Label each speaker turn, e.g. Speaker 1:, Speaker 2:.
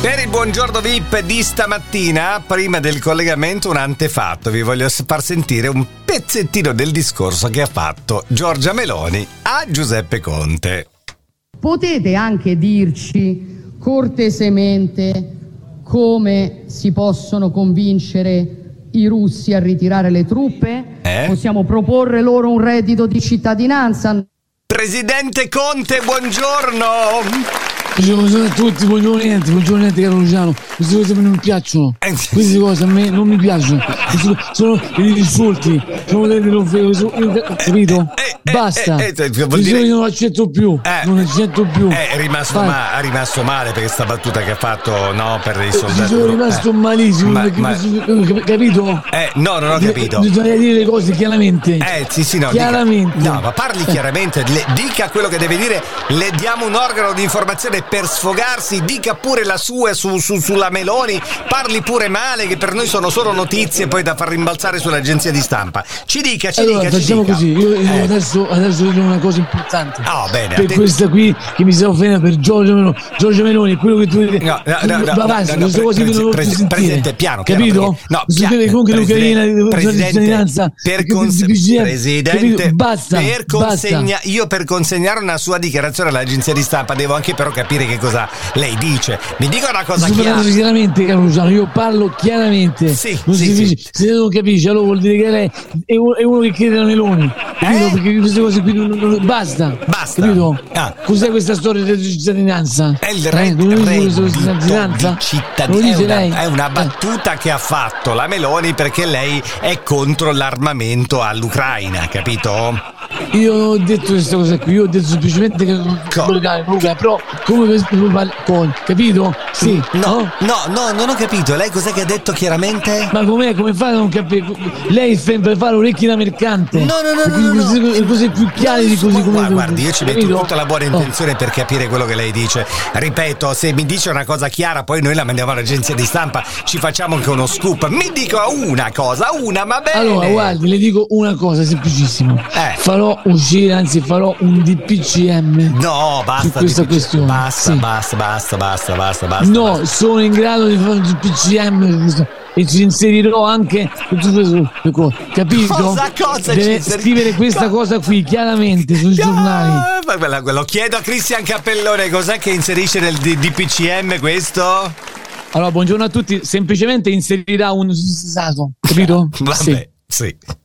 Speaker 1: Per il buongiorno VIP di stamattina, prima del collegamento, un antefatto. Vi voglio far sentire un pezzettino del discorso che ha fatto Giorgia Meloni a Giuseppe Conte.
Speaker 2: Potete anche dirci cortesemente come si possono convincere i russi a ritirare le truppe?
Speaker 1: Eh?
Speaker 2: Possiamo proporre loro un reddito di cittadinanza?
Speaker 1: Presidente Conte, buongiorno!
Speaker 3: Buongiorno a tutti, buongiorno niente, buongiorno niente caro Luciano, queste cose a me non piacciono,
Speaker 1: Eh, sì,
Speaker 3: queste cose a me non mi piacciono, sono, sono degli insulti, sono delle offese, io- capito?
Speaker 1: eh, eh,
Speaker 3: Basta,
Speaker 1: eh, eh, vuol
Speaker 3: Quindi
Speaker 1: dire-
Speaker 3: io non accetto più,
Speaker 1: Eh.
Speaker 3: non accetto più.
Speaker 1: Eh, è rimasto,
Speaker 3: Vai.
Speaker 1: ma- è rimasto male per questa battuta che ha fatto no, per i
Speaker 3: Ci
Speaker 1: soldati.
Speaker 3: sono rimasto
Speaker 1: Eh.
Speaker 3: malissimo,
Speaker 1: Ma-
Speaker 3: perché
Speaker 1: ma-
Speaker 3: mi- capito?
Speaker 1: Eh, no, non ho capito.
Speaker 3: Bisogna dire le cose chiaramente.
Speaker 1: Eh sì sì no,
Speaker 3: Chiaramente.
Speaker 1: dica- no, ma parli chiaramente, le- dica quello che deve dire, le diamo un organo di informazione per sfogarsi, dica pure la sua su- su- sulla Meloni, parli pure male che per noi sono solo notizie poi da far rimbalzare sull'agenzia di stampa. Ci dica, ci
Speaker 3: Allora,
Speaker 1: dica, ci
Speaker 3: facciamo
Speaker 1: dica.
Speaker 3: così. Io io
Speaker 1: Eh.
Speaker 3: adesso, adesso dirò una cosa importante.
Speaker 1: Ah, bene,
Speaker 3: Per
Speaker 1: atten-
Speaker 3: questa qui che mi sta offendendo per Giorgio Meloni. Giorgio Meloni, quello che tu dici.
Speaker 1: No, no, no, no,
Speaker 3: Va
Speaker 1: no,
Speaker 3: avanti,
Speaker 1: no, no,
Speaker 3: queste cose
Speaker 1: presi-
Speaker 3: io non
Speaker 1: presi-
Speaker 3: voglio sentire.
Speaker 1: presidente, piano, piano,
Speaker 3: Capito?
Speaker 1: perché- no,
Speaker 3: Si
Speaker 1: piano,
Speaker 3: deve comunque
Speaker 1: presidente,
Speaker 3: l'Ucraina la
Speaker 1: presidente,
Speaker 3: cittadinanza.
Speaker 1: per
Speaker 3: perché
Speaker 1: conse-
Speaker 3: il BGM,
Speaker 1: presidente,
Speaker 3: capito? Basta.
Speaker 1: per consegna- io per consegnare una sua dichiarazione all'agenzia di stampa devo anche però capire che cosa lei dice. Mi dica una cosa
Speaker 3: Sto
Speaker 1: chiara.
Speaker 3: parlando chiaramente, caro Luciano, io parlo chiaramente.
Speaker 1: Sì,
Speaker 3: Non
Speaker 1: sì,
Speaker 3: si
Speaker 1: sì.
Speaker 3: dice- Se non capisci, allora vuol dire che lei è uno, è uno che crede alla Meloni. Capito?
Speaker 1: Eh?
Speaker 3: Perché queste cose qui non, non- non- basta.
Speaker 1: Basta.
Speaker 3: Capito?
Speaker 1: Ah.
Speaker 3: Cos'è questa storia della cittadinanza?
Speaker 1: È il
Speaker 3: Eh,
Speaker 1: re-
Speaker 3: non lo dico
Speaker 1: reddito
Speaker 3: questa
Speaker 1: di
Speaker 3: cittadinanza?
Speaker 1: cittadinanza.
Speaker 3: Lo dice
Speaker 1: È una-
Speaker 3: lei?
Speaker 1: È una
Speaker 3: Eh.
Speaker 1: battuta che ha fatto la Meloni perché lei è contro l'armamento all'Ucraina, capito?
Speaker 3: Eh, Io non ho detto questa cosa qui, io ho detto semplicemente che non
Speaker 1: Co-
Speaker 3: volevo dare nulla, però come questo lo parli con, capito? Sì. Oh.
Speaker 1: No, no, no, non ho capito. Lei cos'è che ha detto chiaramente?
Speaker 3: Ma com'è? Come fa a non capire? Lei sembra fare orecchie da mercante.
Speaker 1: No, no, no,
Speaker 3: Perché
Speaker 1: no, no,
Speaker 3: cose-
Speaker 1: no.
Speaker 3: Cose più chiare di così come.
Speaker 1: Guarda, guardi, io ci metto
Speaker 3: Capito?
Speaker 1: tutta la buona
Speaker 3: Oh.
Speaker 1: intenzione per capire quello che lei dice. Ripeto, se mi dice una cosa chiara, poi noi la mandiamo all'agenzia di stampa, ci facciamo anche uno scoop. Mi dica una cosa, una, ma bene.
Speaker 3: Allora, guardi, le dico una cosa semplicissima.
Speaker 1: Eh.
Speaker 3: Farò uscire, anzi, farò un DPCM.
Speaker 1: No,
Speaker 3: Su
Speaker 1: basta,
Speaker 3: questa
Speaker 1: DPC.
Speaker 3: questione,
Speaker 1: basta,
Speaker 3: sì.
Speaker 1: basta, basta, basta, basta, basta.
Speaker 3: No, sono in grado di fare un DPCM e ci inserirò anche tutto questo, ecco, capito?
Speaker 1: Cosa- cosa ci
Speaker 3: Deve
Speaker 1: inseri-
Speaker 3: scrivere questa
Speaker 1: Co-
Speaker 3: cosa qui chiaramente sui giornali.
Speaker 1: Ah, ma quella- Lo chiedo a Cristian Cappellone, cos'è che inserisce nel D- DPCM questo?
Speaker 3: Allora, buongiorno a tutti. Semplicemente inserirà un capito?
Speaker 1: Vabbè,
Speaker 3: Sì.
Speaker 1: sì.